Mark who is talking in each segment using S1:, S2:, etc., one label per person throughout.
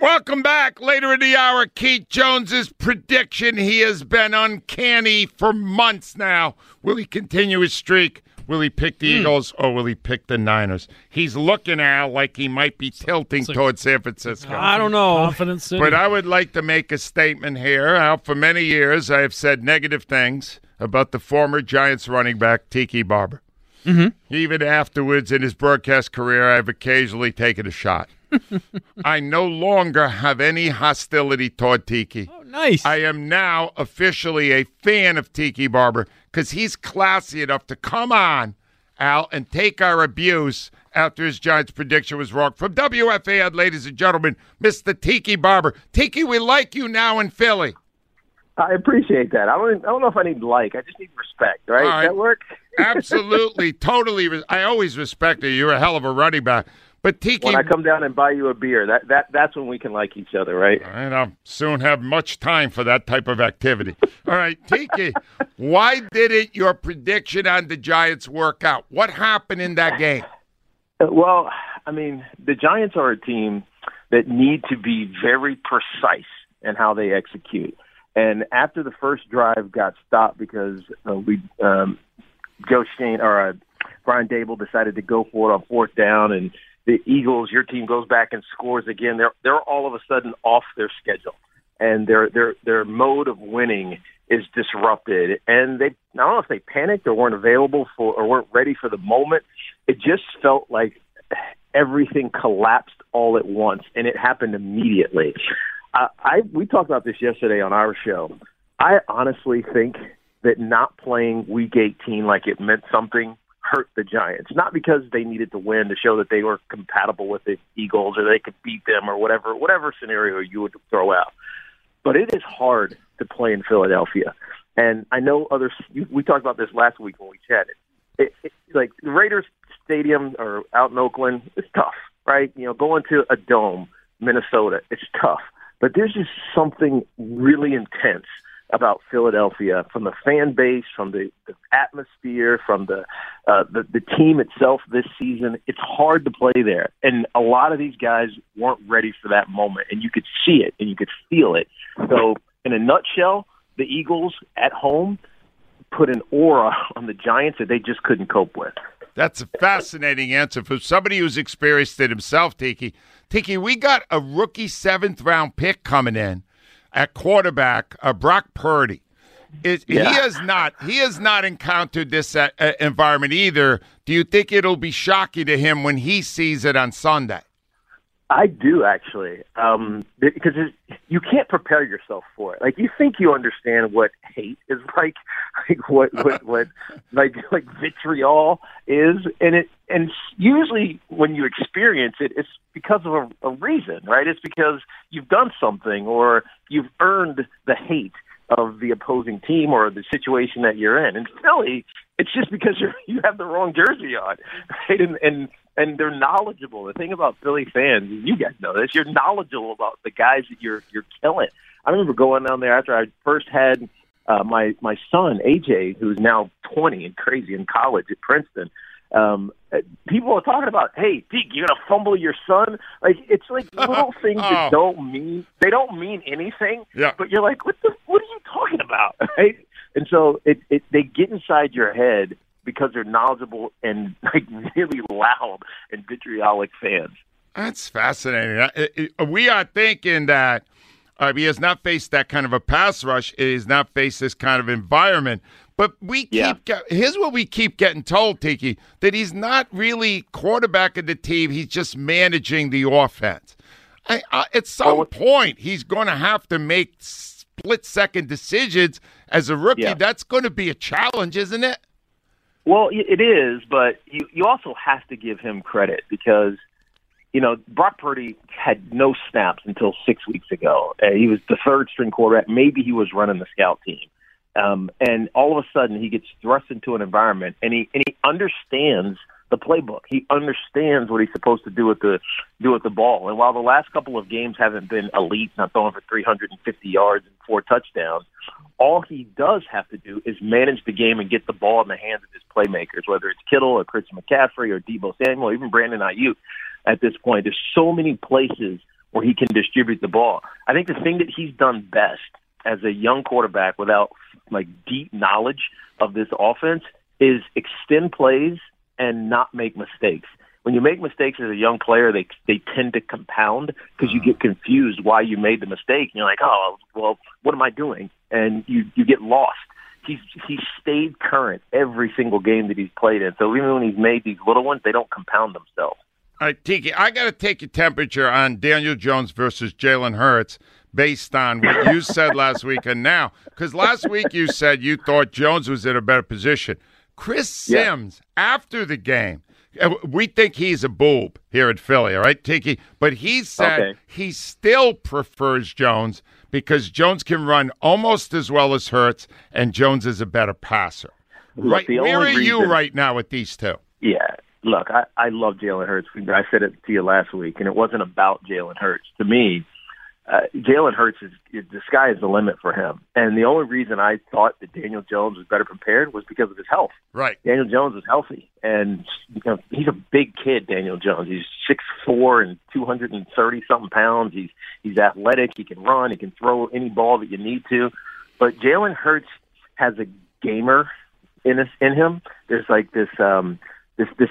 S1: Welcome back. Later in the hour, Keith Jones's prediction. He has been uncanny for months now. Will he continue his streak? Will he pick
S2: Hmm.
S1: the Eagles or will he pick the Niners? He's looking now like he might be tilting towards San Francisco.
S2: I don't know.
S3: Confidence City.
S1: But I would like to make a statement here. How for many years I have said negative things about the former Giants running back Tiki Barber. Mm-hmm. Even afterwards in his broadcast career, I have occasionally taken a shot. I no longer have any hostility toward Tiki.
S2: Nice.
S1: I am now officially a fan of Tiki Barber because he's classy enough to come on, Al, and take our abuse after his Giants prediction was wrong. From WFAN, ladies and gentlemen, Mr. Tiki Barber. Tiki, we like you now in Philly.
S4: I appreciate that. I don't. I don't know if I need like. I just need respect. Right?
S1: All right.
S4: Does that work?
S1: Absolutely, totally. res- I always respected you. You're a hell of a running back. But Tiki,
S4: When I come down and buy you a beer, that that that's when we can like each other, right?
S1: And I'll soon have much time for that type of activity. All right, Tiki, why didn't your prediction on the Giants work out? What happened in that game?
S4: Uh, Well, I mean, the Giants are a team that need to be very precise in how they execute. And after the first drive got stopped because uh, we um, Joe Shane or uh, Brian Dable decided to go for it on fourth down, and the Eagles, your team goes back and scores again. They're they're all of a sudden off their schedule, and their their their mode of winning is disrupted. And they I don't know if they panicked or weren't available for or weren't ready for the moment. It just felt like everything collapsed all at once, and it happened immediately. I, I we talked about this yesterday on our show. I honestly think that not playing Week 18 like it meant something hurt the Giants. Not because they needed to win to show that they were compatible with the Eagles or they could beat them or whatever whatever scenario you would throw out. But it is hard to play in Philadelphia, and I know others. you- We talked about this last week when we chatted. It, it, like the Raiders Stadium or out in Oakland, it's tough, right? You know, going to a dome, Minnesota, it's tough. But there's just something really intense about Philadelphia from the fan base, from the, the atmosphere, from the, uh, the the team itself this season. It's hard to play there, and a lot of these guys weren't ready for that moment, and you could see it and you could feel it. So, in a nutshell, the Eagles at home put an aura on the Giants that they just couldn't cope with.
S1: That's a fascinating answer for somebody who's experienced it himself, Tiki. Tiki, we got a rookie seventh round pick coming in at quarterback, uh, Brock Purdy. Is, He has not he has not encountered this uh, uh, environment either. Do you think it'll be shocking to him when he sees it on Sunday?
S4: I do actually, um, because it, you can't prepare yourself for it. Like you think you understand what hate is like, like what what what like like vitriol is, and it and usually when you experience it, it's because of a, a reason, right? It's because you've done something or you've earned the hate of the opposing team or the situation that you're in. In Philly, it's just because you're, you have the wrong jersey on, right? And and and they're knowledgeable. The thing about Philly fans, and you guys know this, you're knowledgeable about the guys that you're you're killing. I remember going down there after I first had uh, my my son AJ, who's now 20 and crazy in college at Princeton. Um, people are talking about, hey, Deke, you're gonna fumble your son. Like it's like little things
S1: Oh.
S4: that don't mean they don't mean anything.
S1: Yeah.
S4: But you're like, what the what are you talking about? Right? And so it, it they get inside your head because they're knowledgeable and like really loud and vitriolic fans.
S1: That's fascinating. I- I- I- We are thinking that uh, he has not faced that kind of a pass rush. He has not faced this kind of environment. But we
S4: Yeah.
S1: keep get- here's what we keep getting told, Tiki, that he's not really quarterback of the team. He's just managing the offense. I, I, at some
S4: what-
S1: point, he's going to have to make split second decisions as a rookie.
S4: Yeah.
S1: That's going to be a challenge, isn't it?
S4: Well, y- it is, but you, you also have to give him credit because, you know, Brock Purdy had no snaps until six weeks ago. Uh, he was the third string quarterback. Maybe he was running the scout team. Um, and all of a sudden, he gets thrust into an environment and he, and he understands the playbook. He understands what he's supposed to do with the do with the ball. And while the last couple of games haven't been elite, not throwing for 350 yards and four touchdowns, all he does have to do is manage the game and get the ball in the hands of his playmakers, whether it's Kittle or Chris McCaffrey or Debo Samuel, or even Brandon Ayuk. At this point, there's so many places where he can distribute the ball. I think the thing that he's done best as a young quarterback without like deep knowledge of this offense is extend plays and not make mistakes. When you make mistakes as a young player, they they tend to compound because you get confused why you made the mistake. And you're like, oh, well, what am I doing? And you you get lost. He's he's stayed current every single game that he's played in. So even when he's made these little ones, they don't compound themselves.
S1: All right, Tiki, I got to take your temperature on Daniel Jones versus Jalen Hurts based on what you said last week and now. Because last week you said you thought Jones was in a better position. Chris
S4: Yeah.
S1: Sims, after the game, uh, we think he's a boob here at Philly, all right, Tiki? But he said
S4: Okay.
S1: he still prefers Jones because Jones can run almost as well as Hurts, and Jones is a better passer.
S4: Look,
S1: right,
S4: the
S1: where are
S4: only
S1: you
S4: reason-
S1: right now with these two?
S4: Yeah. Look, I, I love Jalen Hurts. I said it to you last week, and it wasn't about Jalen Hurts. To me, uh, Jalen Hurts is, is the sky is the limit for him. And the only reason I thought that Daniel Jones was better prepared was because of his health.
S1: Right.
S4: Daniel Jones is healthy, and you know, he's a big kid. Daniel Jones, he's six four and two hundred and thirty something pounds. He's he's athletic. He can run. He can throw any ball that you need to. But Jalen Hurts has a gamer in us in him. There's like this um, this this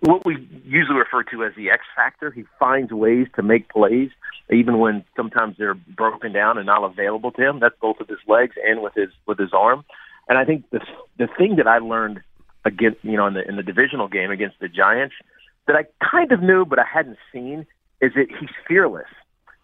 S4: what we usually refer to as the X factor. He finds ways to make plays, even when sometimes they're broken down and not available to him. That's both with his legs and with his with his arm. And I think the the thing that I learned against you know in the in the divisional game against the Giants that I kind of knew but I hadn't seen is that he's fearless.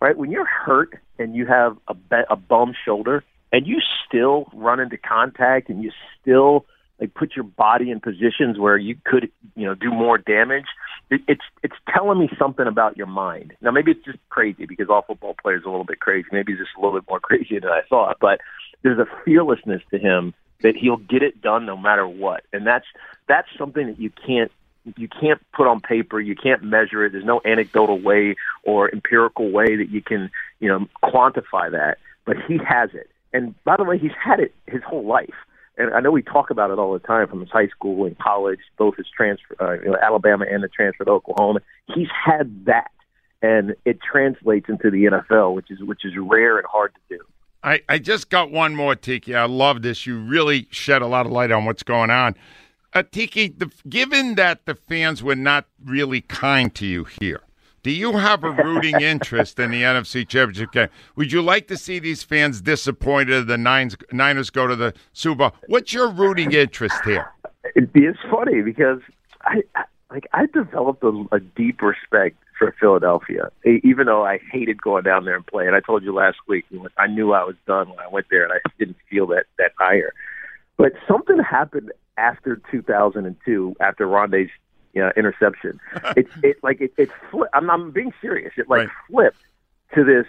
S4: Right when you're hurt and you have a be- a bum shoulder and you still run into contact and you still like put your body in positions where you could you know do more damage it, it's it's telling me something about your mind now maybe it's just crazy because all football players are a little bit crazy maybe he's just a little bit more crazy than i thought but there's a fearlessness to him that he'll get it done no matter what and that's that's something that you can't you can't put on paper you can't measure it there's no anecdotal way or empirical way that you can you know quantify that but he has it and by the way he's had it his whole life and I know we talk about it all the time from his high school and college, both his transfer, uh, you know, Alabama and the transfer to Oklahoma. He's had that, and it translates into the NFL, which is which is rare and hard to do.
S1: I, I just got one more, Tiki. I love this. You really shed a lot of light on what's going on. Uh, Tiki, the, given that the fans were not really kind to you here, do you have a rooting interest in the NFC Championship game? Would you like to see these fans disappointed the Nines, Niners go to the Super Bowl? What's your rooting interest here?
S4: It, it's funny because I, I like I developed a, a deep respect for Philadelphia, e- even though I hated going down there and playing. I told you last week I knew I was done when I went there, and I didn't feel that that ire. But something happened after 2002, after Rondé's you know, interception. It, it like it, it flipped. I'm, I'm being serious. It like
S1: Right.
S4: flipped to this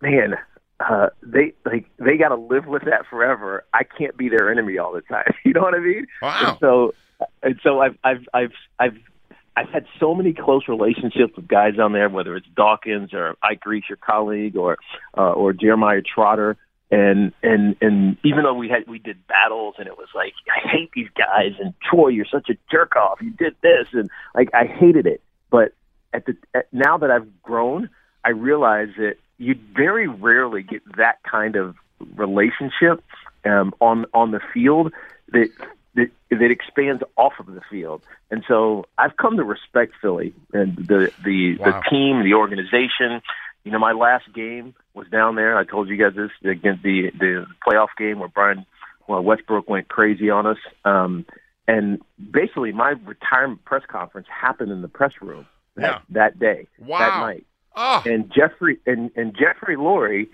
S4: man. Uh, they like they got to live with that forever. I can't be their enemy all the time. You know what I mean?
S1: Wow.
S4: And so, and so I've I've I've I've I've had so many close relationships with guys down there, whether it's Dawkins or Ike Reese, your colleague, or uh, or Jeremiah Trotter, and and and even though we had we did battles and it was like I hate these guys and Troy you're such a jerk off you did this and like I hated it but at the at, now that I've grown I realize that you very rarely get that kind of relationship um, on on the field that that that expands off of the field. And so I've come to respect Philly and the the,
S1: Wow.
S4: the team, the organization. You know, my last game was down there. I told you guys this against the the playoff game where Brian well, Westbrook went crazy on us. Um, and basically, my retirement press conference happened in the press room that,
S1: Yeah.
S4: that day, that
S1: Wow.
S4: night
S1: Oh,
S4: and Jeffrey and, and Jeffrey Lurie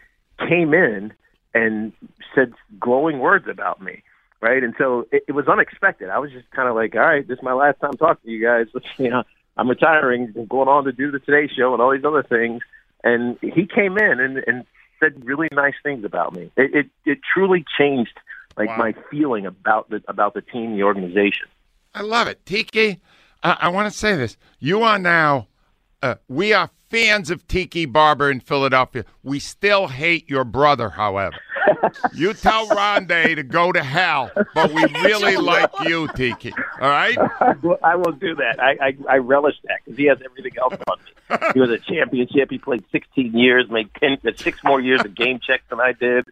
S4: came in and said glowing words about me, right? And so it, it was unexpected. I was just kind of like, all right, this is my last time talking to you guys. you know, I'm retiring, I'm going on to do the Today Show and all these other things. And he came in and, and said really nice things about me. It it, it truly changed like
S1: Wow.
S4: my feeling about the about the team, the organization.
S1: I love it. Tiki, I, I want to say this. You are now, uh, we are fans of Tiki Barber in Philadelphia. We still hate your brother, however. You tell Rondé to go to hell, but we really like you, Tiki. All right?
S4: Well, I will do that. I I, I relish that because he has everything else on me. He was a championship. He played 16 years, made 10, uh, six more years of game checks than I did.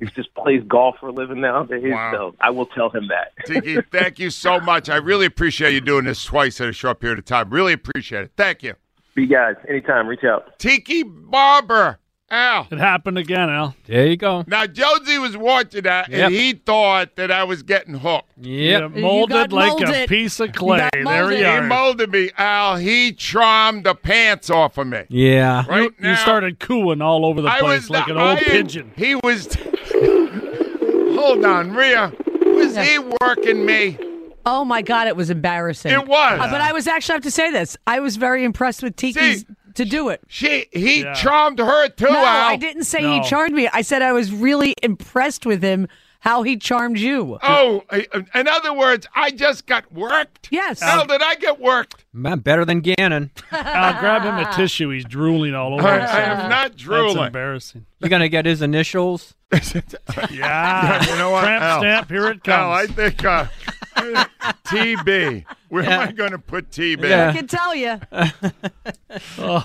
S4: He just plays golf for a living nowadays.
S1: Wow.
S4: So I will tell him that.
S1: Tiki, thank you so much. I really appreciate you doing this twice in a short period of time. Really appreciate it. Thank you.
S4: But you guys, anytime, reach out.
S1: Tiki Barber, Al.
S2: It happened again, Al.
S3: There you go.
S1: Now, Josie was watching that,
S3: Yep.
S1: and he thought that I was getting hooked.
S3: Yep.
S2: You molded
S5: got
S2: like a
S5: molded.
S2: piece of clay.
S5: got
S2: There
S5: molded.
S2: you
S1: He
S2: are.
S1: molded me, Al. He charmed the pants off of me.
S3: Yeah.
S1: Right now,
S2: you started cooing all over the
S1: I
S2: place
S1: was
S2: like
S1: the
S2: an old
S1: iron-
S2: pigeon.
S1: He was. Hold on, Rhea. Was he working me?
S5: Oh my God, it was embarrassing.
S1: It was.
S5: Uh, but I was actually I have to say this. I was very impressed with Tiki's
S1: See?
S5: to do it.
S1: She he
S2: Yeah.
S1: charmed her too,
S5: No,
S1: Al.
S5: I didn't say
S2: No.
S5: he charmed me. I said I was really impressed with him how he charmed you.
S1: Oh, I- in other words, I just got worked.
S5: Yes.
S1: Al, did I get worked?
S3: Man, better than Gannon.
S2: Al, grab him a tissue. He's drooling all over
S1: I,
S2: himself.
S1: I am not
S2: That's
S1: drooling.
S2: embarrassing.
S3: You're gonna get his initials.
S2: Yeah.
S1: You know what,
S2: Tramp
S1: Al?
S2: stamp. Here it comes.
S1: Al, I think uh, TB. Where am I going to put TB?
S3: Yeah.
S5: I can tell you.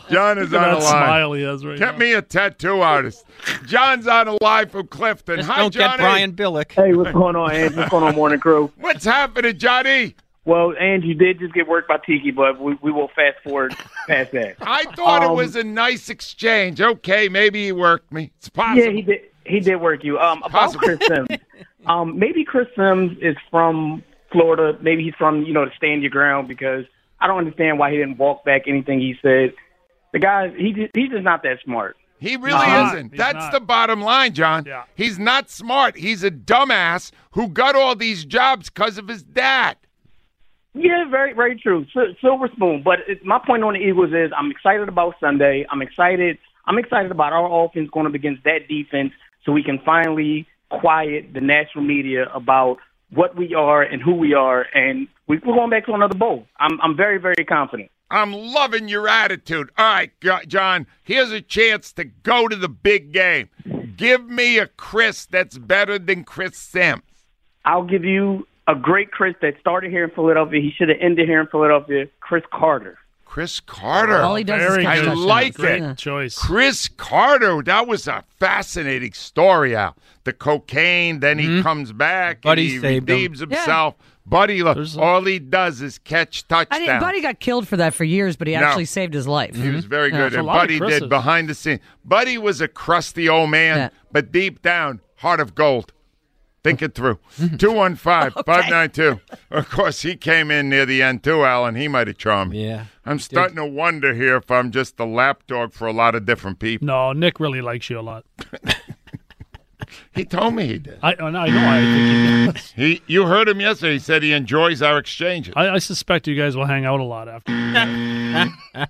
S1: John
S2: Look at
S1: is on the
S2: that
S1: line.
S2: smile he has right
S1: Get
S2: now.
S1: me a tattoo artist. John's on a line from Clifton.
S3: Just
S1: Hi,
S3: don't
S1: Johnny.
S3: get Brian Billick.
S6: Hey, what's going on, Angie? What's going on, morning crew?
S1: What's happening, Johnny?
S6: Well, Angie did just get worked by Tiki, but we, we will fast forward past that.
S1: I thought it
S6: Um,
S1: was a nice exchange. Okay, maybe he worked me. It's possible.
S6: Yeah, he did. He did work you. Um, about
S1: Possible.
S6: Chris Sims. Um, maybe Chris Sims is from Florida. Maybe he's from you know to stand your ground because I don't understand why he didn't walk back anything he said. The guy, he ju- he's just not that smart.
S1: He really
S2: not.
S1: isn't.
S2: He's
S1: That's
S2: not.
S1: the bottom line, John.
S2: Yeah.
S1: He's not smart. He's a dumbass who got all these jobs because of his dad.
S6: Yeah, very, very true. Sil- Silver spoon. But it, my point on the Eagles is I'm excited about Sunday. I'm excited. I'm excited about our offense going up against that defense so we can finally quiet the national media about what we are and who we are. And we, we're going back to another bowl. I'm, I'm very, very confident.
S1: I'm loving your attitude. All right, Go- John, here's a chance to go to the big game. Give me a Chris that's better than Chris Sims.
S6: I'll give you a great Chris that started here in Philadelphia. He should have ended here in Philadelphia, Chris Carter.
S1: Chris Carter.
S5: All he does is
S2: Very
S5: catch
S2: good.
S1: I
S5: touchdowns.
S1: like
S2: Great
S1: it.
S2: choice.
S1: Chris Carter, that was a fascinating story out. The cocaine, then he
S5: Mm-hmm.
S1: comes back
S3: Buddy
S1: and he
S3: saved him.
S1: redeems himself. Buddy, look, all he does is catch
S5: I
S1: touchdowns.
S5: didn't, Buddy got killed for that for years, but he
S1: No.
S5: actually saved his life.
S1: He was very
S2: Mm-hmm. Yeah,
S1: good.
S2: there's a
S1: and
S2: lot of
S1: Buddy did
S2: Chris's.
S1: behind the scenes. Buddy was a crusty old man,
S5: Yeah.
S1: but deep down, heart of gold. Think it through.
S2: Mm-hmm.
S1: 215 592. Of course, he came in near the end too, Alan. He might have charmed.
S3: Yeah.
S1: I'm starting to wonder here if I'm just the lapdog for a lot of different people.
S2: No, Nick really likes you a lot.
S1: He told me he did.
S2: I, I know. I think he does.
S1: He, you heard him yesterday. He said he enjoys our exchanges.
S2: I, I suspect you guys will hang out a lot after.
S1: All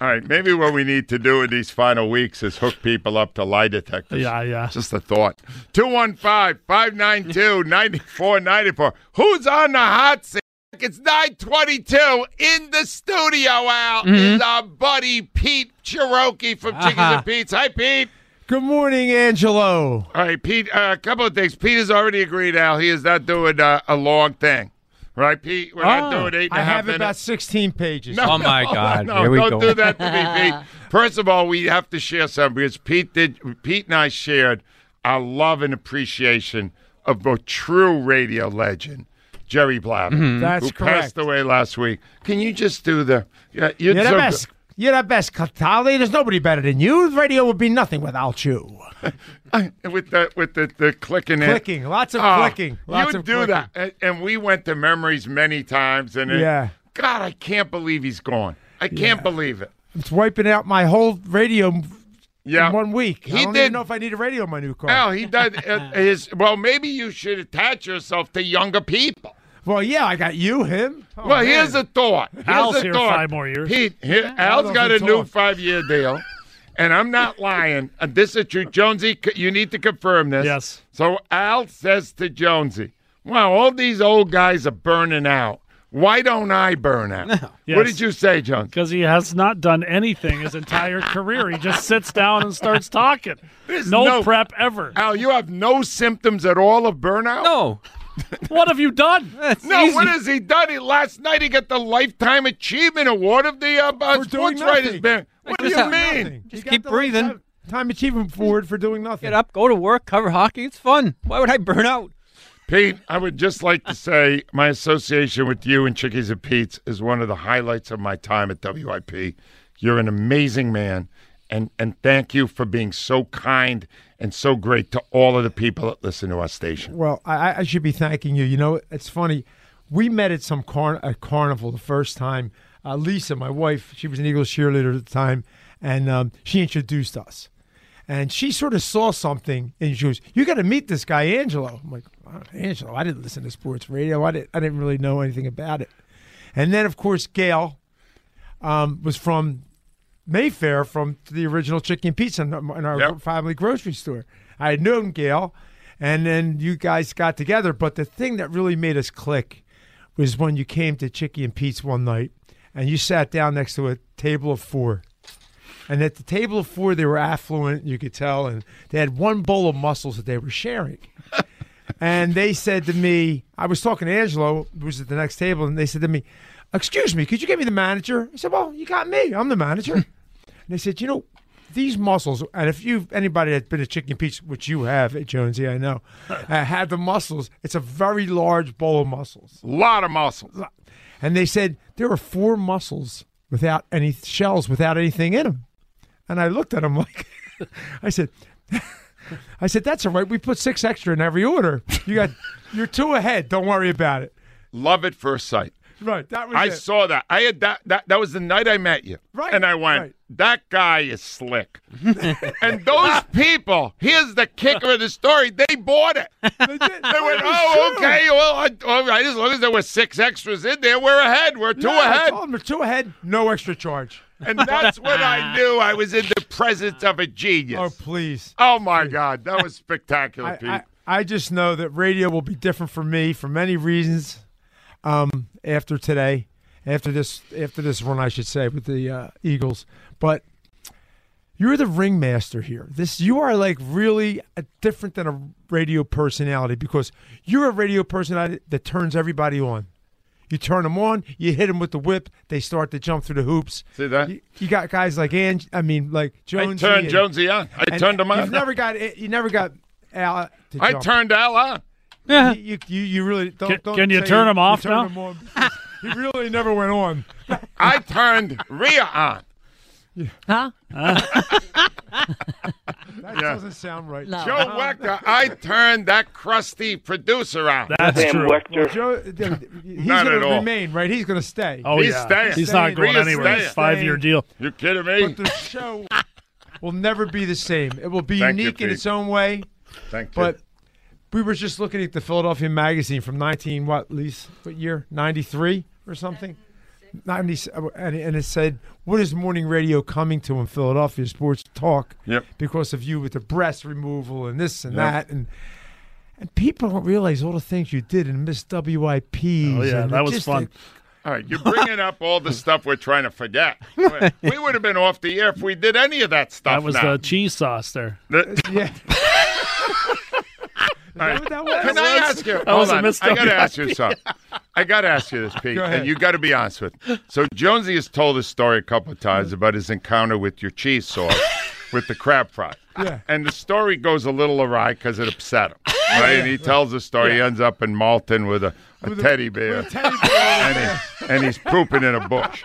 S1: right, maybe what we need to do in these final weeks is hook people up to lie detectors.
S2: Yeah, yeah.
S1: Just a thought. 215 592 9494. Who's on the hot seat? It's 922 in the
S7: Mm-hmm.
S1: studio, Al, is our buddy Pete Cherokee from Chickens
S3: Ah.
S1: and Pete's. Hi, Pete.
S7: Good morning, Angelo.
S1: All right, Pete. Uh, a couple of things. Pete has already agreed, Al. He is not doing uh, a long thing, right, Pete? We're not
S7: Oh,
S1: doing eight and a
S7: I
S1: half
S7: have
S1: minutes.
S7: about 16 pages.
S3: Oh,
S1: No, no, Oh, No, don't do that to me, Pete. First of all, we have to share something because Pete did. Pete and I shared our love and appreciation of a true radio legend, Jerry Blatter,
S7: Mhm. That's
S1: who
S7: correct.
S1: passed away last week. Can you just do the? Yeah, you're
S7: You're the
S1: so
S7: best.
S1: good.
S7: You're the best, Catali. There's nobody better than you. Radio would be nothing without you.
S1: with the with the, the clicking in.
S7: Clicking, lots of clicking, lots
S1: you
S7: of
S1: do that, and, and we went to memories many times, and it-
S7: Yeah.
S1: God, I can't believe he's gone. I can't believe it.
S7: It's wiping out my whole radio m-
S1: Yeah.
S7: in one week.
S1: He
S7: I don't
S1: did-
S7: even know if I need a radio in my new car.
S1: Well, he does uh, his. Well, maybe you should attach yourself to younger people.
S7: Well, yeah, I got you, him. Oh,
S1: well,
S7: man.
S1: here's a thought. Here's
S7: Al's
S1: a
S7: here
S1: thought.
S7: five more years.
S1: Pete, here,
S7: Yeah.
S1: Al's
S7: Al
S1: got a
S7: doesn't
S1: new
S7: talk.
S1: five-year deal, and I'm not lying. Uh, This is true, Jonesy. c- You need to confirm this. Yes. So Al says to Jonesy, "Wow, all these old guys are burning out. Why don't I burn out?" What did you say, Jones?
S2: Because he has not done anything his entire career. He just sits down and starts talking.
S1: There's
S2: no,
S1: no-
S2: prep ever.
S1: Al, you have no symptoms at all of burnout?
S2: No. what have you done?
S1: no, what has he done? He, last night he got the Lifetime Achievement Award of the uh, uh, Sports Writers Band. What do you mean?
S7: Just
S3: keep breathing.
S7: Time, time achievement forward for doing nothing.
S3: Get up, go to work, cover hockey. It's fun. Why would I burn out?
S1: Pete, I would just like to say my association with you and Chickies and Pete's is one of the highlights of my time at WIP. You're an amazing man, and, and thank you for being so kind and so great to all of the people that listen to our station.
S7: Well, I, I- I should be thanking you. You know, it's funny. We met at some car- a carnival the first time. Uh, Lisa, my wife, she was an Eagles cheerleader at the time, and um, she introduced us. And she sort of saw something, and she goes, "You got to meet this guy, Angelo." I'm like, "Wow, "Angelo, I didn't listen to sports radio. I didn't. I didn't really know anything about it." And then, of course, Gail um, was from Mayfair, from the original Chicken and Pizza in our in our family grocery store. I had known Gail, and then you guys got together. But the thing that really made us click was when you came to Chicky and Pete's one night, and you sat down next to a table of four. And at the table of four, they were affluent, you could tell, and they had one bowl of mussels that they were sharing. and they said to me, I was talking to Angelo, who was at the next table, and they said to me, Excuse me, could you give me the manager? I said, Well, you got me. I'm the manager. and they said, You know, these mussels, and if you've anybody that's been a chicken and peach, which you have at Jonesy, I know, uh, had the mussels, it's a very large bowl of mussels.
S1: A lot of mussels.
S7: And they said, There are four mussels without any shells, without anything in them. And I looked at him like, I said, I said, that's all right. We put six extra in every order. You got, you're two ahead. Don't worry about it.
S1: Love at first sight.
S7: Right. That was
S1: I
S7: it.
S1: saw that. I had that, that. That was the night I met you. Right. And I went, that guy is slick. and those
S7: Ah.
S1: people, here's the kicker of the story. They bought it. They, went, oh, okay. Well, I, all right. As long as there were six extras in there, we're ahead. We're two
S7: Yeah, I
S1: ahead.
S7: told him we're two ahead. No extra charge.
S1: And that's when I knew I was in the presence of a genius. Oh,
S7: please.
S1: Oh, my God. That was spectacular, Pete.
S7: I, I just know that radio will be different for me for many reasons. Um, after today, after this, after this run, I should say with the uh, Eagles, but you're the ringmaster here. This you are like really uh different than a radio personality because you're a radio personality that turns everybody on. You turn them on, you hit them with the whip, they start to jump through the hoops.
S1: See that?
S7: You, you got guys like Ange, I mean, like Jonesy.
S1: turned
S7: and-
S1: Jonesy on. I
S7: and
S1: turned him on.
S7: You've never got eh, you never got Al. To
S1: I
S7: jump.
S1: turned Al on.
S7: Yeah. You, you, you really don't.
S1: Can-
S7: don't
S1: can you
S7: say
S1: turn him off
S7: you
S1: now?
S7: turned him on. he really never went on.
S1: I turned Rhea on.
S5: Huh?
S7: That doesn't sound right.
S1: Joe Wechter, I turned that crusty producer out.
S7: Well, Joe, uh, he's
S1: Not
S7: going
S1: at
S7: to
S1: all.
S7: remain, right? He's going to stay.
S1: Oh, He's yeah. staying. He's not going
S7: Rhea's
S1: anywhere.
S7: staying.
S1: Five-year deal. You kidding me?
S7: But the show will never be the same. It will be
S1: Thank you,
S7: unique in
S1: Pete.
S7: its own way.
S1: Thank you.
S7: But we were just looking at the Philadelphia Magazine from 19 what, least What year? 93 or something. 90, and, and it said, "What is morning radio coming to in Philadelphia sports talk?"
S1: Yep.
S7: Because of you with the breast removal and this and
S1: Yep.
S7: that and. And people don't realize all the things you did in Miss WIPs.
S2: Oh, yeah,
S7: and
S2: that was
S7: just
S2: fun.
S7: the-
S1: All right, you're bringing up all the stuff we're trying to forget. We would have been off the air if we did any of that stuff.
S2: That was
S1: now.
S2: the cheese sauce there.
S1: yeah.
S7: Can
S1: I ask you?
S2: That
S1: hold
S2: was a
S1: on.
S2: missed
S1: I got to ask you
S2: opportunity.
S1: something. I got to ask you this, Pete,
S2: Go ahead.
S1: and you got to be honest with. Me. So Jonesy has told his story a couple of times about his encounter with your cheese sauce with the crab fry.
S7: Yeah.
S1: And the story goes a little awry because it upset him. Right? And he tells the story. He ends up in Malton with a, a teddy bear. and, he- and he's pooping in a bush.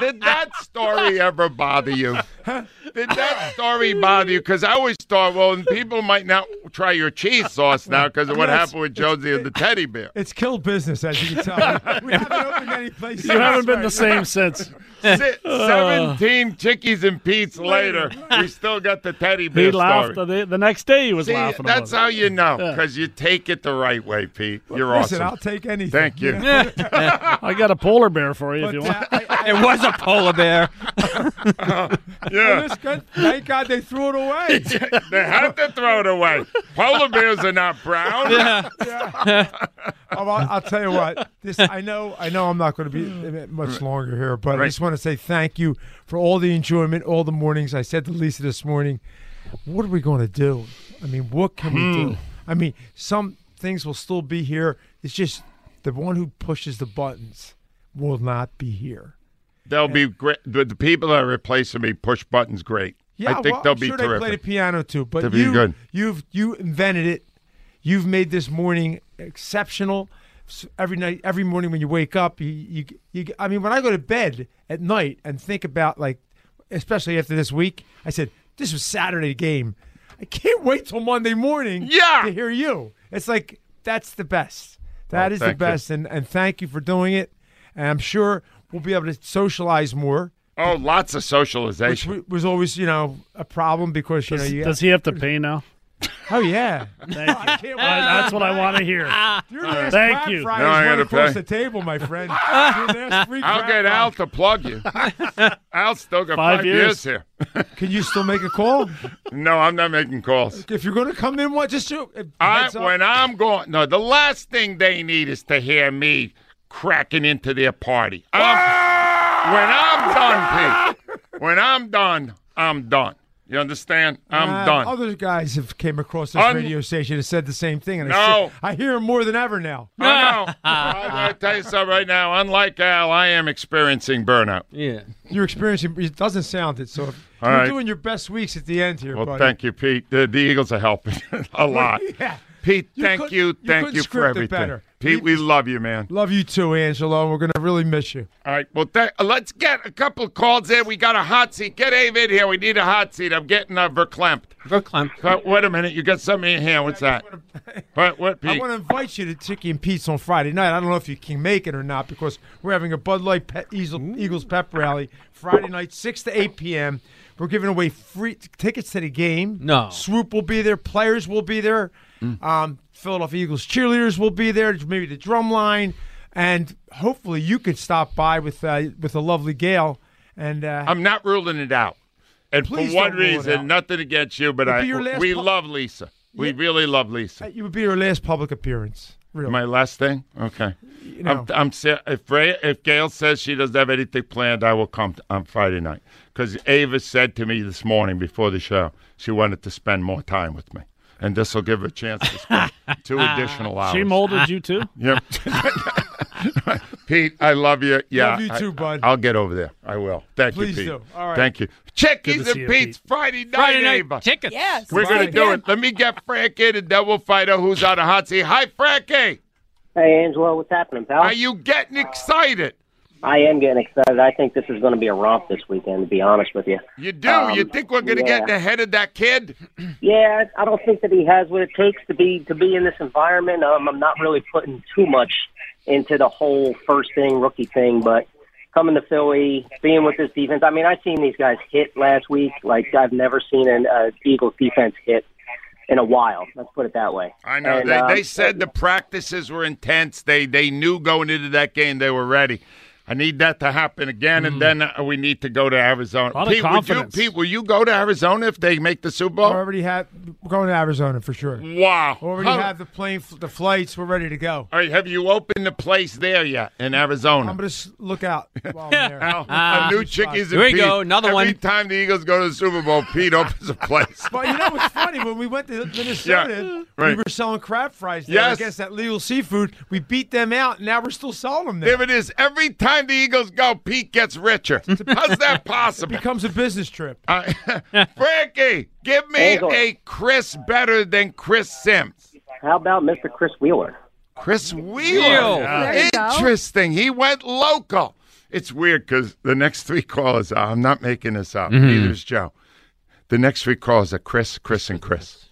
S1: Did that story ever bother you? Did that story bother you? Because I always thought, well, people might not try your cheese sauce now because of what
S7: Yes.
S1: happened with Jonesy and the teddy bear.
S7: It's killed business, as you can tell. we haven't opened any places.
S2: You haven't been the same since.
S1: Se-
S2: Uh,
S1: Seventeen chickies and Pete's later, we still got the teddy bear
S2: he
S1: story.
S2: laughed the, the next day. He was
S1: See,
S2: laughing. about
S1: that's
S2: it.
S1: how you know because you take it the right way, Pete. You're
S7: Listen,
S1: awesome.
S7: I'll take anything.
S1: Thank you.
S2: I got a polar bear for you if you
S7: But, uh,
S2: want.
S3: It was a polar bear.
S1: Yeah.
S7: Well, this good- thank God they threw it away.
S1: they had to throw it away. Polar bears are not brown.
S3: Yeah.
S7: Oh, well, I'll tell you what. This I know. I know I'm not going to be much longer here, but I just want to say thank you for all the enjoyment, all the mornings. I said to Lisa this morning, "What are we going to do? I mean, what can we do? I mean, some things will still be here. It's just the one who pushes the buttons will not be here.
S1: They'll be great. The, the people that are replacing me push buttons great.
S7: Yeah,
S1: I think
S7: well,
S1: they'll
S7: I'm
S1: be
S7: sure they play the
S1: terrific.
S7: piano too, but
S1: They'll be
S7: you,
S1: good.
S7: you've you invented it. You've made this morning exceptional. S- Every night, every morning when you wake up, you, you you I mean, when I go to bed at night and think about like, especially after this week, I said this was Saturday game. I can't wait till Monday morning.
S1: Yeah.
S7: to hear you. It's like that's the best. That
S1: Oh,
S7: is
S1: thank you.
S7: the best, and and thank you for doing it. And I'm sure we'll be able to socialize more
S1: oh, lots of
S7: which
S1: socialization.
S7: w- was always, you know, a problem because you know you.
S2: Does he have to pay now?
S7: oh yeah,
S2: Thank you.
S7: I can't
S2: Uh,
S7: wait.
S2: that's what I want to hear.
S7: Your last
S2: Thank
S7: crab
S2: you.
S7: fry
S1: Now
S7: is
S1: I
S7: one
S1: gotta
S7: across
S1: pay.
S7: the table, my friend. Your last free
S1: I'll
S7: crab
S1: get
S7: fry.
S1: Al to plug you. Al's still got five,
S2: Five
S1: years.
S2: years.
S1: here.
S7: Can you still make a call?
S1: No, I'm not making calls.
S7: if you're going to come in, what just do? uh,
S1: I,
S7: heads up.
S1: when I'm going, no, the last thing they need is to hear me cracking into their party. I'm- when I'm done, Pete, when I'm done, I'm done. You understand? I'm
S7: Uh,
S1: done.
S7: Other guys have came across this
S1: Un-
S7: radio station and said the same thing, and I,
S1: No.
S7: said, I hear 'em more than ever now.
S1: Oh, no. I gotta tell you something right now. Unlike Al, I am experiencing burnout.
S3: Yeah.
S7: You're experiencing. It doesn't sound it. So if
S1: All
S7: you're
S1: right.
S7: doing your best weeks at the end here,
S1: Well,
S7: buddy.
S1: thank you, Pete. The, the Eagles are helping a lot.
S7: Yeah.
S1: Pete,
S7: You
S1: thank
S7: could-
S1: you.
S7: you
S1: thank
S7: could
S1: you for
S7: script it
S1: everything.
S7: better.
S1: Pete, we love you, man.
S7: Love you too, Angelo. We're going to really miss you.
S1: All right. Well, th- let's get a couple calls in. We got a hot seat. Get Avid here. We need a hot seat. I'm getting uh, verklempt.
S3: Brooklyn.
S1: Uh, wait a minute. You got something in here. What's that? What, what,
S7: I
S1: Pete?
S7: want to invite you to Chicky and Pete's on Friday night. I don't know if you can make it or not because we're having a Bud Light Pe- Easel- Eagles pep rally Friday night, 6 to 8 p.m. We're giving away free t- tickets to the game.
S3: No.
S7: Swoop will be there. Players will be there.
S1: Mm.
S7: Um, Philadelphia Eagles cheerleaders will be there. Maybe the drum line. And hopefully you can stop by with uh, with the lovely Gail. And uh,
S1: I'm not ruling it out. And
S7: Please
S1: for one
S7: don't rule it out.
S1: reason, nothing against you, but
S7: It'd
S1: I,
S7: be your last
S1: we
S7: pu-
S1: love Lisa. We really love Lisa.
S7: you would be your last public appearance. Really.
S1: My last thing? Okay.
S7: know.
S1: I'm, I'm ser- if Ray, if Gail says she doesn't have anything planned, I will come t- on Friday night. Because Ava said to me this morning before the show, she wanted to spend more time with me, and this will give her a chance to spend two additional hours.
S2: She molded you too.
S1: Yep. Pete, I love you. Yeah,
S7: Love you too, bud.
S1: I, will get over there. I will. Thank
S7: Please
S1: you, Pete.
S7: do. All right.
S1: Thank you. Chickies
S2: see
S1: and
S2: you,
S1: Pete's Friday night,
S3: Friday night
S1: Ava.
S3: tickets.
S5: Yes.
S1: We're gonna
S5: 5
S1: do
S5: p.m.
S1: it. Let me get Frank in, and then we'll find out who's on a hot seat. Hi, Frankie.
S8: Hey, Angelo, what's happening, pal?
S1: Are you getting excited?
S8: I am getting excited. I think this is going to be a romp this weekend, to be honest with you.
S1: You do. you
S8: Um,
S1: think we're going to
S8: yeah.
S1: get in the head of that kid?
S8: Yeah, I I don't think that he has what it takes to be to be in this environment. Um, I'm not really putting too much into the whole first thing, rookie thing, but coming to Philly, being with this defense. I mean, I've seen these guys hit last week like I've never seen an uh, Eagles defense hit in a while. Let's put it that way.
S1: I know.
S8: And,
S1: they,
S8: um,
S1: they said the practices were intense. They they knew going into that game they were ready. I I need that to happen again, and then uh, we need to go to Arizona.
S7: A lot of
S1: Pete, would you,
S7: confidence.
S1: Pete, will you go to Arizona if they make the Super
S7: We're
S1: Bowl?
S7: already have we're going to Arizona for sure.
S1: Wow.
S7: We already
S1: How-
S7: have the plane, fl- the flights. We're ready to go.
S1: All right, have you opened the place there yet in Arizona?
S7: I'm gonna s- look out. While I'm there.
S1: a new chickies.
S7: There
S1: and
S7: we go,
S1: peas.
S7: another
S1: Every
S7: one.
S1: time the Eagles go to the Super Bowl, Pete opens a place.
S7: But you know what's funny? When we went to Minnesota,
S1: Yeah, right.
S7: we were selling crab fries there.
S1: Yes.
S7: I guess that legal seafood. We beat them out, and now we're still selling them there.
S1: There it is. Every time the Eagles go, Pete gets richer. How's that possible?
S7: becomes a business trip.
S1: Uh, Frankie, give me
S8: Eagles.
S1: a Chris better than Chris Sims.
S8: How about Mr. Chris Wheeler?
S1: Chris
S8: Wheel.
S1: Wheeler.
S8: There you go.
S1: Interesting. He went local. It's weird because the next three callers, are, I'm not making this up.
S9: Mhm.
S1: Neither is Joe. The next three callers are Chris, Chris, and Chris.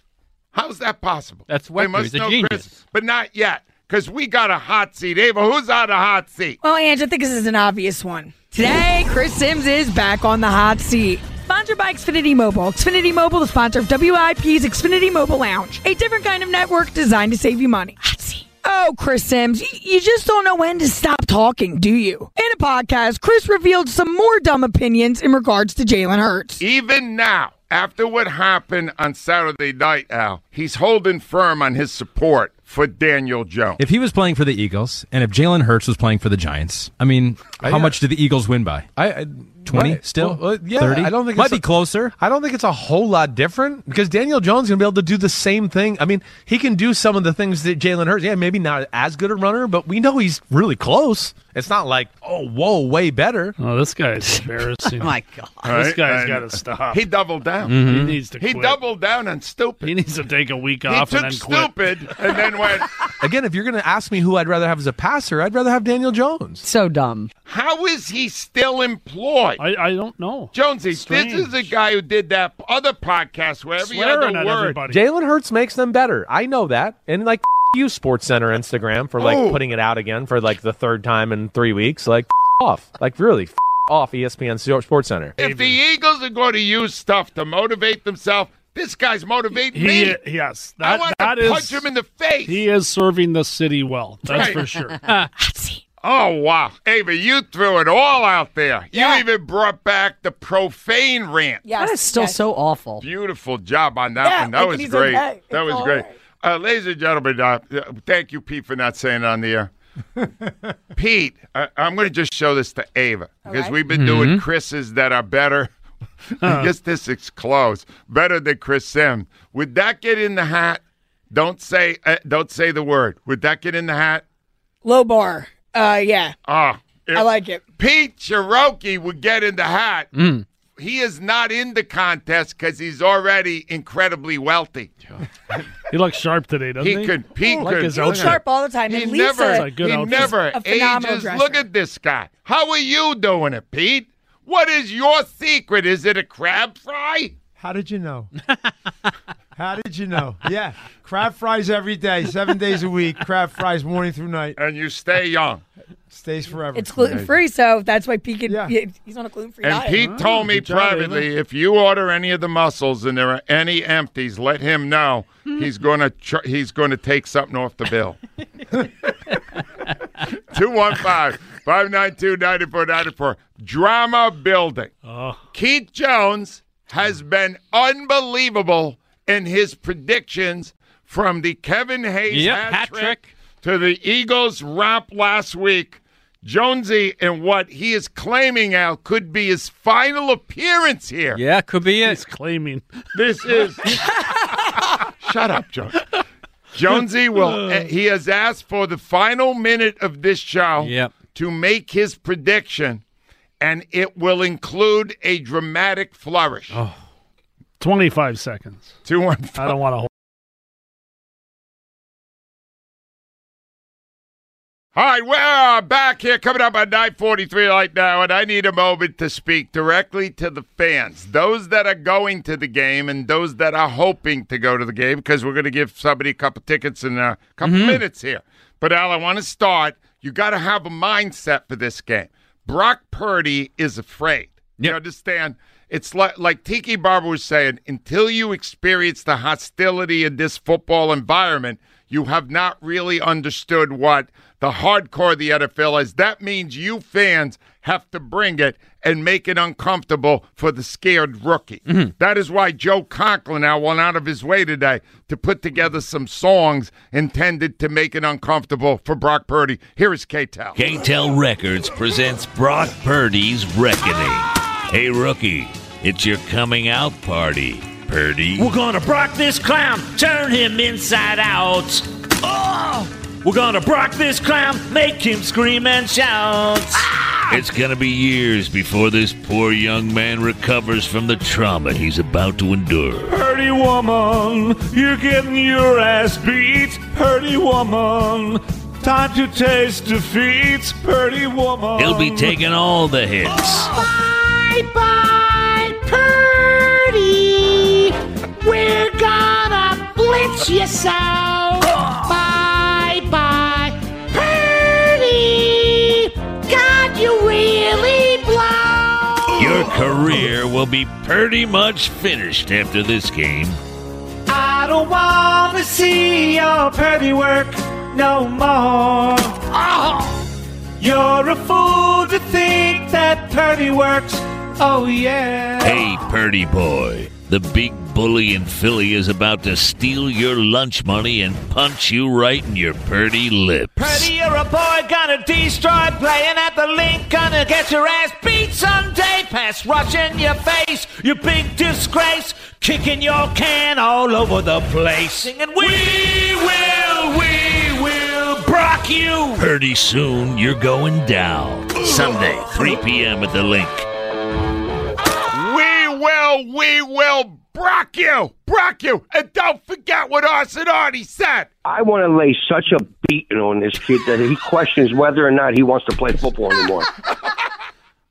S1: How's that possible? That's
S9: Wechter.
S1: They must
S9: He's a
S1: know
S9: genius.
S1: Chris, but not yet because we got a hot seat. Ava, who's on a hot seat?
S10: Well, Ange, I think this is an obvious one. Today, Chris Sims is back on the hot seat. Sponsored by Xfinity Mobile. Xfinity Mobile, the sponsor of WIP's Xfinity Mobile Lounge, a different kind of network designed to save you money. Hot seat. Oh, Chris Sims, y- you just don't know when to stop talking, do you? In a podcast, Chris revealed some more dumb opinions in regards to Jalen Hurts.
S1: Even now, after what happened on Saturday night, Al, he's holding firm on his support for Daniel Jones.
S3: If he was playing for the Eagles and if Jalen Hurts was playing for the Giants, I mean, how much did the Eagles win by?
S11: I, I
S3: 20
S11: right.
S3: still?
S11: Well, well, yeah,
S3: 30?
S11: I don't think
S3: Might
S11: it's
S3: be closer.
S11: I don't think it's a whole lot different because Daniel Jones going to be able to do the same thing. I mean, he can do some of the things that Jalen Hurts. Yeah, maybe not as good a runner, but we know he's really close. It's not like oh, whoa, way better.
S2: Oh, this guy is embarrassing.
S1: My
S2: God.
S1: All
S2: This
S1: right,
S2: guy's
S1: and
S2: got to stop.
S1: He doubled down.
S2: Mhm. He needs to
S1: He
S2: quit.
S1: doubled down on stupid.
S2: He needs to take a week
S1: He
S2: off
S1: took
S2: and then quit.
S1: stupid and then went.
S11: Again, if you're going to ask me who I'd rather have as a passer, I'd rather have Daniel Jones.
S5: So dumb.
S1: How is he still employed?
S2: I, I don't know.
S1: Jonesy, this is a guy who did that other podcast where every
S2: Swearing
S1: other
S2: at
S1: word.
S2: everybody.
S11: Jalen Hurts makes them better. I know that. And like f- you Sports Center Instagram for like
S1: Oh.
S11: putting it out again for like the third time in 3 weeks. Like f- off. Like really f- off E ESPN Sports Center.
S1: If the Eagles are going to use stuff to motivate themselves, this guy's motivating me.
S2: He, yes,
S1: I
S2: that,
S1: want
S2: that
S1: to
S2: is-
S1: punch him in the face.
S2: He is serving the city well. That's
S1: Right.
S2: for sure.
S5: Uh,
S1: Oh wow, Ava, you threw it all out there. You even brought back the profane rant.
S5: Yes, That is still yes. so awful.
S1: Beautiful job on that
S5: Yeah,
S1: one. That
S5: like,
S1: was
S5: he's
S1: great.
S5: okay.
S1: That
S5: It's
S1: was
S5: all
S1: great. Uh, ladies and gentlemen, uh, uh, thank you, Pete, for not saying it on the air. Pete, I, I'm going to just show this to Ava because we've been doing
S2: Mm-hmm.
S1: Chris's that are better. I guess this is close. Better than Chris Sim. Would that get in the hat? Don't say uh, don't say the word. Would that get in the hat?
S10: Low bar. Uh, yeah.
S1: Ah,
S10: I like it.
S1: Pete Cherokee would get in the hat.
S2: Mm.
S1: He is not in the contest because he's already incredibly wealthy.
S2: He looks sharp today, doesn't he?
S1: He could. He
S2: like
S1: could.
S2: his
S1: He
S2: outfit.
S1: looks sharp
S10: all the time.
S1: He
S10: And Lisa
S1: never.
S10: is a good
S1: he
S2: outfit.
S1: never
S10: a phenomenal
S1: ages.
S10: dresser.
S1: Look at this guy. How are you doing it, Pete? What is your secret? Is it a crab fry?
S7: How did you know? How did you know? Yeah, crab fries every day, seven days a week. Crab fries morning through night.
S1: And you stay young.
S7: Stays forever.
S10: It's gluten free, so that's why Pete can. Yeah. He's on a gluten free
S1: And
S10: diet.
S1: Pete told me privately, if you order any of the mussels and there are any empties, let him know. He's gonna tr- he's gonna take something off the bill. 215-592-9494. Drama building.
S3: Oh.
S1: Keith Jones has been unbelievable in his predictions from the Kevin Hayes
S9: Yep,
S1: hat,
S9: hat
S1: trick, to the Eagles romp last week. Jonesy and what he is claiming Al could be his final appearance here.
S3: Yeah, could be it. He's
S2: claiming.
S1: This is Shut up, Jones. Jonesy will. eh, He has asked for the final minute of this show
S3: Yep.
S1: to make his prediction, and it will include a dramatic flourish.
S2: Oh. 25 seconds.
S1: Two one.
S2: I don't want to hold.
S1: All right, we're back here coming up on 943 right now, and I need a moment to speak directly to the fans, those that are going to the game and those that are hoping to go to the game, because we're going to give somebody a couple tickets in a couple minutes here. But Al, I want to start. You got to have a mindset for this game. Brock Purdy is afraid. You understand? It's like, like Tiki Barber was saying, until you experience the hostility in this football environment, you have not really understood what the hardcore of the NFL is. That means you fans have to bring it and make it uncomfortable for the scared rookie. That is why Joe Conklin now went out of his way today to put together some songs intended to make it uncomfortable for Brock Purdy. Here is K-Tel.
S9: KTEL Records presents Brock Purdy's Reckoning. Hey, rookie, it's your coming out party, Purdy.
S12: We're gonna Brock this clown, turn him inside out. Oh! We're gonna Brock this clown, make him scream and shout.
S9: It's gonna be years before this poor young man recovers from the trauma he's about to endure.
S12: Purdy woman, you're getting your ass beat. Purdy woman, time to taste defeat. Purdy woman.
S9: He'll be taking all the hits.
S12: Bye bye, Purdy. We're gonna blitz you so. Bye bye, Purdy. God, you really blow.
S9: Your career will be pretty much finished after this game.
S12: I don't wanna see your Purdy work no more. You're a fool to think that Purdy works. Oh yeah.
S9: Hey, Purdy boy, the big bully in Philly is about to steal your lunch money and punch you right in your Purdy lip.
S12: Purdy, you're a boy, gonna destroy playing at the link, gonna get your ass beat someday. Pass rush in your face, you big disgrace, kicking your can all over the place. Singing, we, will, we will Brock you.
S9: Purdy, soon you're going down. Sunday, 3 p.m. at the link.
S1: We will, we will brock you, brock you, and don't forget what Arson Artie said.
S13: I want to lay such a beating on this kid that he questions whether or not he wants to play football anymore.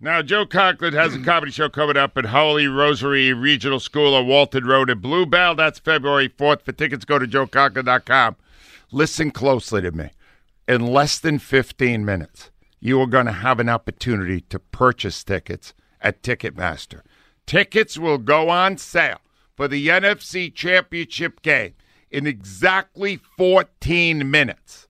S1: Now, Joe Conklin has a comedy show coming up at Holy Rosary Regional School on Walton Road at Bluebell. That's February 4th. For tickets, go to joeconklin.com. Listen closely to me. In less than 15 minutes, you are going to have an opportunity to purchase tickets at Ticketmaster. Tickets will go on sale for the NFC Championship game in exactly 14 minutes.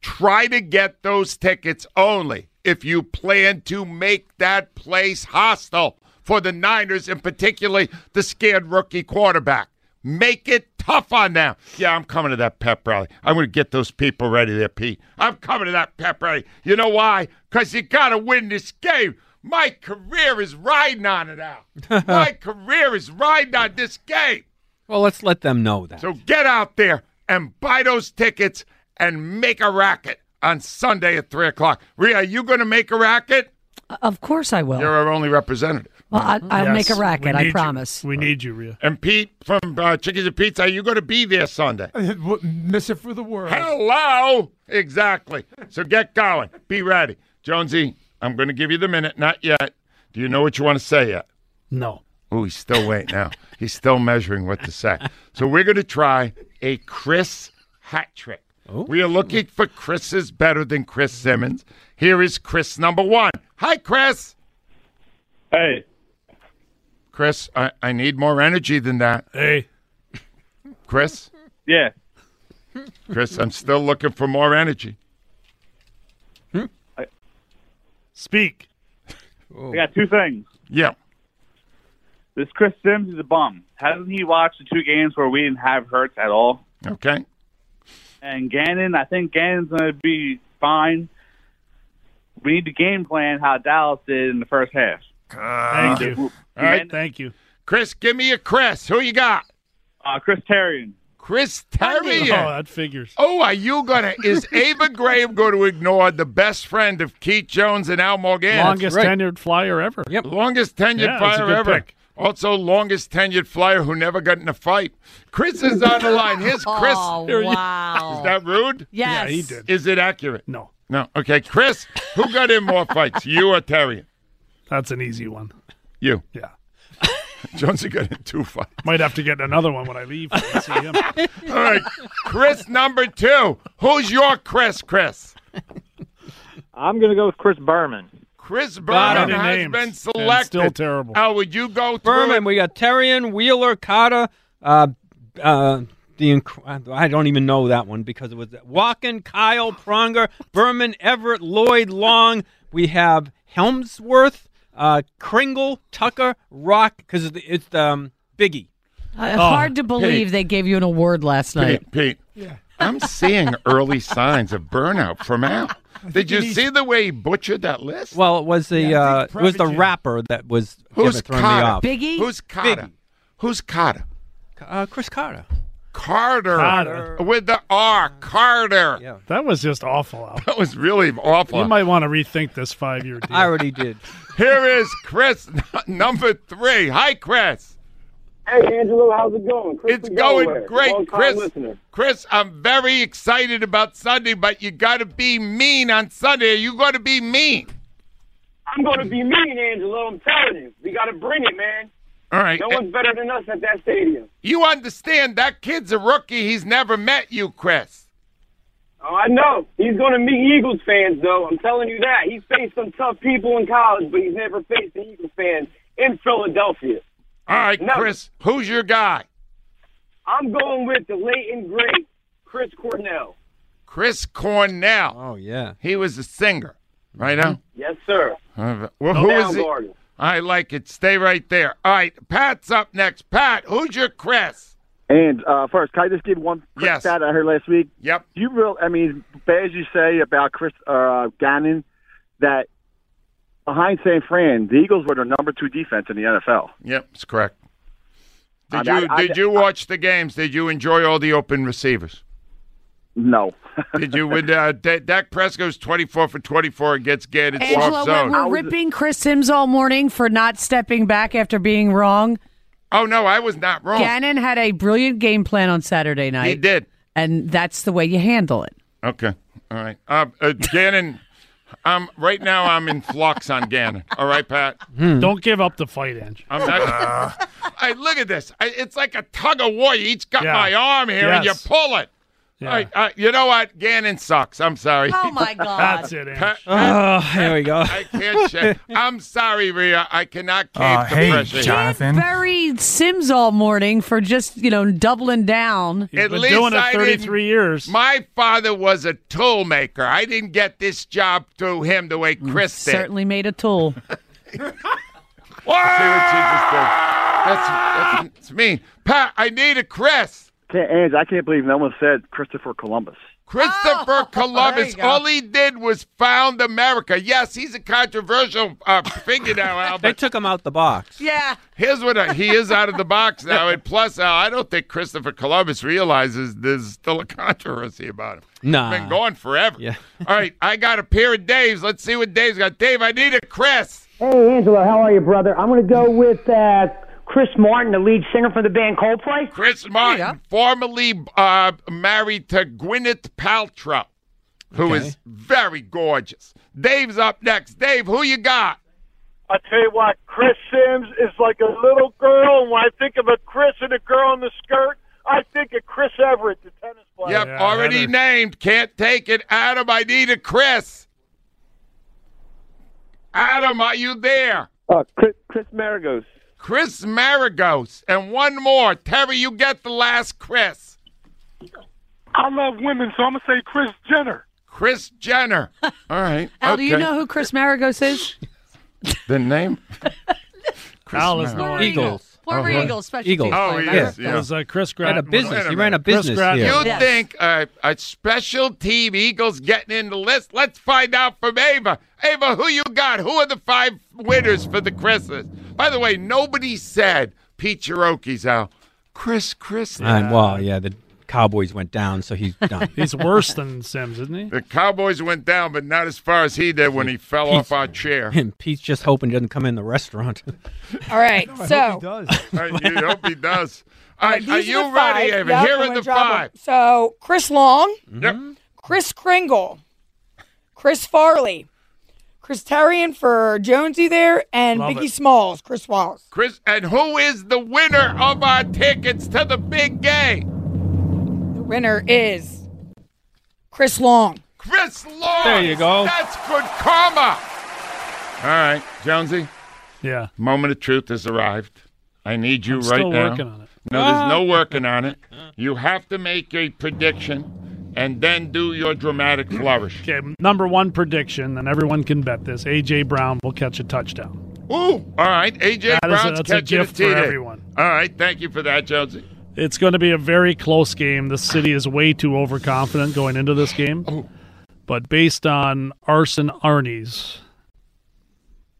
S1: Try to get those tickets only if you plan to make that place hostile for the Niners and particularly the scared rookie quarterback. Make it tough on them. Yeah, I'm coming to that pep rally. I'm going to get those people ready there, Pete. I'm coming to that pep rally. You know why? Because you got to win this game. My career is riding on it out. My career is riding on this game.
S14: Well, let's let them know that.
S1: So get out there and buy those tickets and make a racket on Sunday at 3 o'clock. Rhea, are you going to make a racket?
S5: Uh, Of course I will.
S1: You're our only representative.
S5: Well, I, I'll
S1: Yes,
S5: make a racket.
S1: we need
S5: I
S1: you.
S5: promise.
S2: We need you, Rhea.
S1: And Pete from uh, Chickens and Pizza, are you going to be there Sunday?
S7: Miss it for the world.
S1: Hello. Exactly. So get going. Be ready. Jonesy, I'm going to give you the minute. Not yet. Do you know what you want to say yet?
S2: No.
S1: Oh, he's still waiting now. He's still measuring what to say. So we're going to try a Chris hat trick. We are looking for Chris's better than Chris Simmons. Here is Chris number one. Hi, Chris.
S15: Hey.
S1: Chris, I, I need more energy than that.
S2: Hey.
S1: Chris?
S15: Yeah.
S1: Chris, I'm still looking for more energy.
S2: Hmm? Speak.
S15: I got two things.
S1: Yeah.
S15: This Chris Sims is a bum. Hasn't he watched the two games where we didn't have Hurts at all?
S1: Okay.
S15: And Gannon, I think Gannon's going to be fine. We need to game plan how Dallas did in the first half.
S1: Thank
S2: you.
S1: Ah. All right.
S2: Thank you.
S1: Chris, give me a Chris. Who you got?
S15: Uh, Chris Terrian.
S1: Chris
S2: Oh,
S1: Terrian.
S2: that figures.
S1: Oh, are you gonna? Is Ava Graham going to ignore the best friend of Keith Jones and Al Morgan?
S2: Longest tenured flyer ever. Yep.
S1: Longest tenured
S2: Yeah, that's a
S1: flyer
S2: good
S1: ever.
S2: pick.
S1: Also, longest tenured flyer who never got in a fight. Chris is on the line. Here's Chris.
S5: Oh,
S1: Here you-
S5: wow.
S1: Is that rude?
S5: Yes. Yeah, he did.
S1: Is it accurate?
S2: No.
S1: No. Okay, Chris, who got in more fights, you or Terrian?
S2: That's an easy one.
S1: You.
S2: Yeah.
S1: Jonesy got in two fights.
S2: Might have to get another one when I leave. and see him.
S1: All right, Chris number two. Who's your Chris? Chris.
S16: I'm going to go with Chris Berman.
S1: Chris
S16: Bottom
S1: Berman has
S16: names,
S1: been
S16: and
S1: selected.
S16: still terrible.
S1: How would you go through?
S14: Berman, we got Terrian, Wheeler, Cotta, uh, uh, the inc- I don't even know that one because it was Walken, Kyle Pronger, Berman, Everett, Lloyd, Long. We have Helmsworth, uh, Kringle, Tucker, Rock because it's, the- it's um, Biggie.
S2: Oh,
S5: Uh, hard
S1: Oh,
S5: to believe they gave you an award last night.
S1: Pete, Pete, I'm seeing early signs of burnout from Al. Did you see the way he butchered that list?
S14: Well, it was the uh, it was the rapper that was
S1: Who's
S14: throwing me off.
S1: Carter? Biggie? Who's Carter? Who's Carter?
S14: Uh, Chris Carter.
S1: Carter. With the R, Carter.
S2: That was just awful. Al.
S1: That was really awful.
S2: You might want to rethink this five year deal.
S14: I already did.
S1: Here is Chris, number three. Hi, Chris.
S17: Hey, Angelo, how's it going? Chris
S1: It's
S17: from
S1: going
S17: Delaware,
S1: great,
S17: long-time
S1: Chris.
S17: listener.
S1: Chris, I'm very excited about Sunday, but you got to be mean on Sunday. Are you going to be mean?
S17: I'm going to be mean, Angelo. I'm telling you. We got to bring it, man.
S1: All right.
S17: No one's better than us at that stadium.
S1: You understand that kid's a rookie. He's never met you, Chris.
S17: Oh, I know. He's going to meet Eagles fans, though. I'm telling you that. He's faced some tough people in college, but he's never faced an Eagles fan in Philadelphia.
S1: All right, Chris, who's your guy?
S17: I'm going with the late and great Chris Cornell.
S1: Chris Cornell.
S14: Oh, yeah. Mm-hmm.
S1: He was a singer, right now?
S17: Yes, sir.
S1: Uh, well,
S18: Oh,
S1: who is he?
S17: Soundgarden.
S1: I like it. Stay right there. All right, Pat's up next. Pat, who's your Chris?
S18: And uh, first, can I just give one quick
S1: Yes.
S18: stat I heard last week?
S1: Yep.
S18: Do you real? I mean, as bad as you say about Chris uh, Gannon, that behind San Fran, the Eagles were the number two defense in the NFL.
S1: Yep, it's correct. Did
S18: I-
S1: you
S18: I-
S1: did you watch the games? Did you enjoy all the open receivers?
S18: No.
S1: did you with uh, D- Dak Presco's twenty four for twenty four against Gated
S5: Angela,
S1: soft
S5: when
S1: zone?
S5: we're ripping Chris Sims all morning for not stepping back after being wrong,
S1: oh no, I was not wrong.
S5: Gannon had a brilliant game plan on Saturday night. He
S1: did.
S5: And that's the way you handle it.
S1: Okay. All right. Uh, uh, Gannon, um, right now I'm in flux on Gannon. All right, Pat.
S2: Hmm. Don't give up the fight, Ange.
S1: I'm not. I look at this. I, it's like a tug of war. You each got
S2: Yeah.
S1: my arm here, and you
S2: Yes.
S1: pull it.
S2: Yeah.
S1: All right, uh, you know what? Gannon sucks. I'm sorry.
S5: Oh, my God. That's
S2: it, Ange.
S1: Pat-
S14: Oh, here we go.
S1: I can't check. I'm sorry, Rhea. I cannot cave
S19: Uh,
S1: to
S19: hey,
S1: pressure.
S19: Jonathan.
S5: Bury Sims all morning for just, you know, doubling down.
S1: At least I didn't- My father was a tool maker. I didn't get this job through him the way
S14: Mm,
S1: Chris did.
S5: Certainly made a tool.
S1: See what you just did. That's, that's, that's mean. Pat, I need a Chris.
S18: Can't, and I can't believe no one said Christopher Columbus.
S1: Christopher Columbus.
S18: Oh, you go.
S1: All he did was found America. Yes, he's a controversial uh, figure now, Al.
S14: They took him out the box.
S5: Yeah.
S1: Here's what I, he is out of the box now. And plus, Al, I don't think Christopher Columbus realizes there's still a controversy about him.
S14: Nah.
S1: Been gone forever. All right, I got a pair of Dave's. Let's see what Dave's got. Dave, I need a Chris.
S20: Hey, Angelo, how are you, brother? I'm going to go with uh, Chris Martin, the lead singer for the band Coldplay.
S1: Chris Martin, formerly uh, married to Gwyneth Paltrow, who is very gorgeous. Dave's up next. Dave, who you got?
S21: I tell you what, Chris Sims is like a little girl. And when I think of a Chris and a girl in the skirt, I think of Chris Everett, the tennis player.
S1: Yep, already named. Can't take it. Adam, I need a Chris. Adam, are you there?
S22: Uh, Chris, Chris Maragos.
S1: Chris Maragos. And one more. Terry, you get the last Chris.
S21: I love women, so I'm going to say Chris Jenner.
S1: Chris Jenner. All right.
S5: Al, do you
S1: okay.
S5: know who Chris Maragos is?
S1: the name? Chris
S2: Al is
S1: Maragos.
S2: no Eagles.
S5: Former
S1: Uh-huh.
S5: Eagles special
S1: Eagles.
S5: teams
S1: Oh,
S5: player.
S1: he
S5: Remember?
S1: is, yeah.
S2: was uh, Chris
S14: Ran
S2: Grant.
S14: a business. He ran a
S2: Chris
S14: business.
S2: Gratton.
S14: here.
S1: You think uh, a special team Eagles getting in the list? Let's find out from Ava. Ava, who you got? Who are the five winners for the Christmas? By the way, nobody said Pete Cherokee's out. Chris Chris.
S14: And, well, yeah, the Cowboys went down, so he's done.
S2: He's worse than Sims, isn't he?
S1: The Cowboys went down, but not as far as he did when he fell off our chair.
S14: And Pete's just hoping he doesn't come in the restaurant.
S10: All right.
S1: No, I
S10: so
S1: hope All right, you hope he does. All right,
S10: these
S1: are
S10: the
S1: you
S10: five.
S1: ready, Ava?
S10: Yep,
S1: Here
S10: I'm
S1: are
S10: gonna
S1: the
S10: drop 'em.
S1: five.
S10: So Chris Long,
S1: Yep.
S2: Mm-hmm.
S10: Chris Kringle, Chris Farley, Chris Tarian for Jonesy there, and
S1: Love
S10: Biggie
S1: it.
S10: Smalls, Chris Wallace.
S1: Chris, and who is the winner of our tickets to the big game?
S10: The winner is Chris Long.
S1: Chris Long.
S10: There you go.
S1: That's good karma. All right, Jonesy.
S2: Yeah.
S1: Moment of truth has arrived. I need you
S2: I'm
S1: right
S2: still
S1: now.
S2: working on it.
S1: No, there's
S10: Ah.
S1: no working on it. You have to make a prediction and then do your dramatic flourish.
S2: Okay, number one prediction, and everyone can bet this: AJ Brown will catch a touchdown.
S1: Ooh, all right. AJ
S2: That is a-
S1: Brown's
S2: that's a
S1: catching
S2: gift for
S1: TD.
S2: everyone.
S1: All right, thank you for that, Jonesy.
S2: It's going to be a very close game. The city is way too overconfident going into this game.
S1: Oh.
S2: But based on Arson Arnie's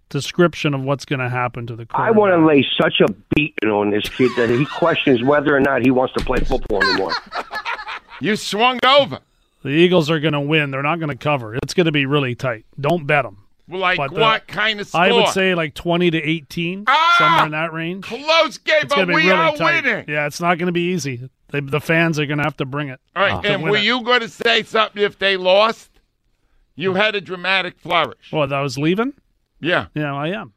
S2: description of what's going to happen to the
S13: I want to lay such a beating on this kid that he questions whether or not he wants to play football anymore.
S1: you swung over.
S2: The Eagles are going to win. They're not going to cover. It's going to be really tight. Don't bet them.
S1: Like
S2: But, uh,
S1: what kind of score?
S2: I would say like 20 to 18, somewhere in that range.
S1: Close game,
S2: It's
S1: but
S2: going to be
S1: we
S2: really
S1: are
S2: tight.
S1: winning.
S2: Yeah, it's not going to be easy. They, the fans are going to have to bring it.
S1: All right,
S2: to
S1: and
S2: Ah. win
S1: were
S2: it.
S1: you going to say something if they lost? You had a dramatic flourish.
S2: Well, that I was leaving?
S1: Yeah.
S2: Yeah, I am.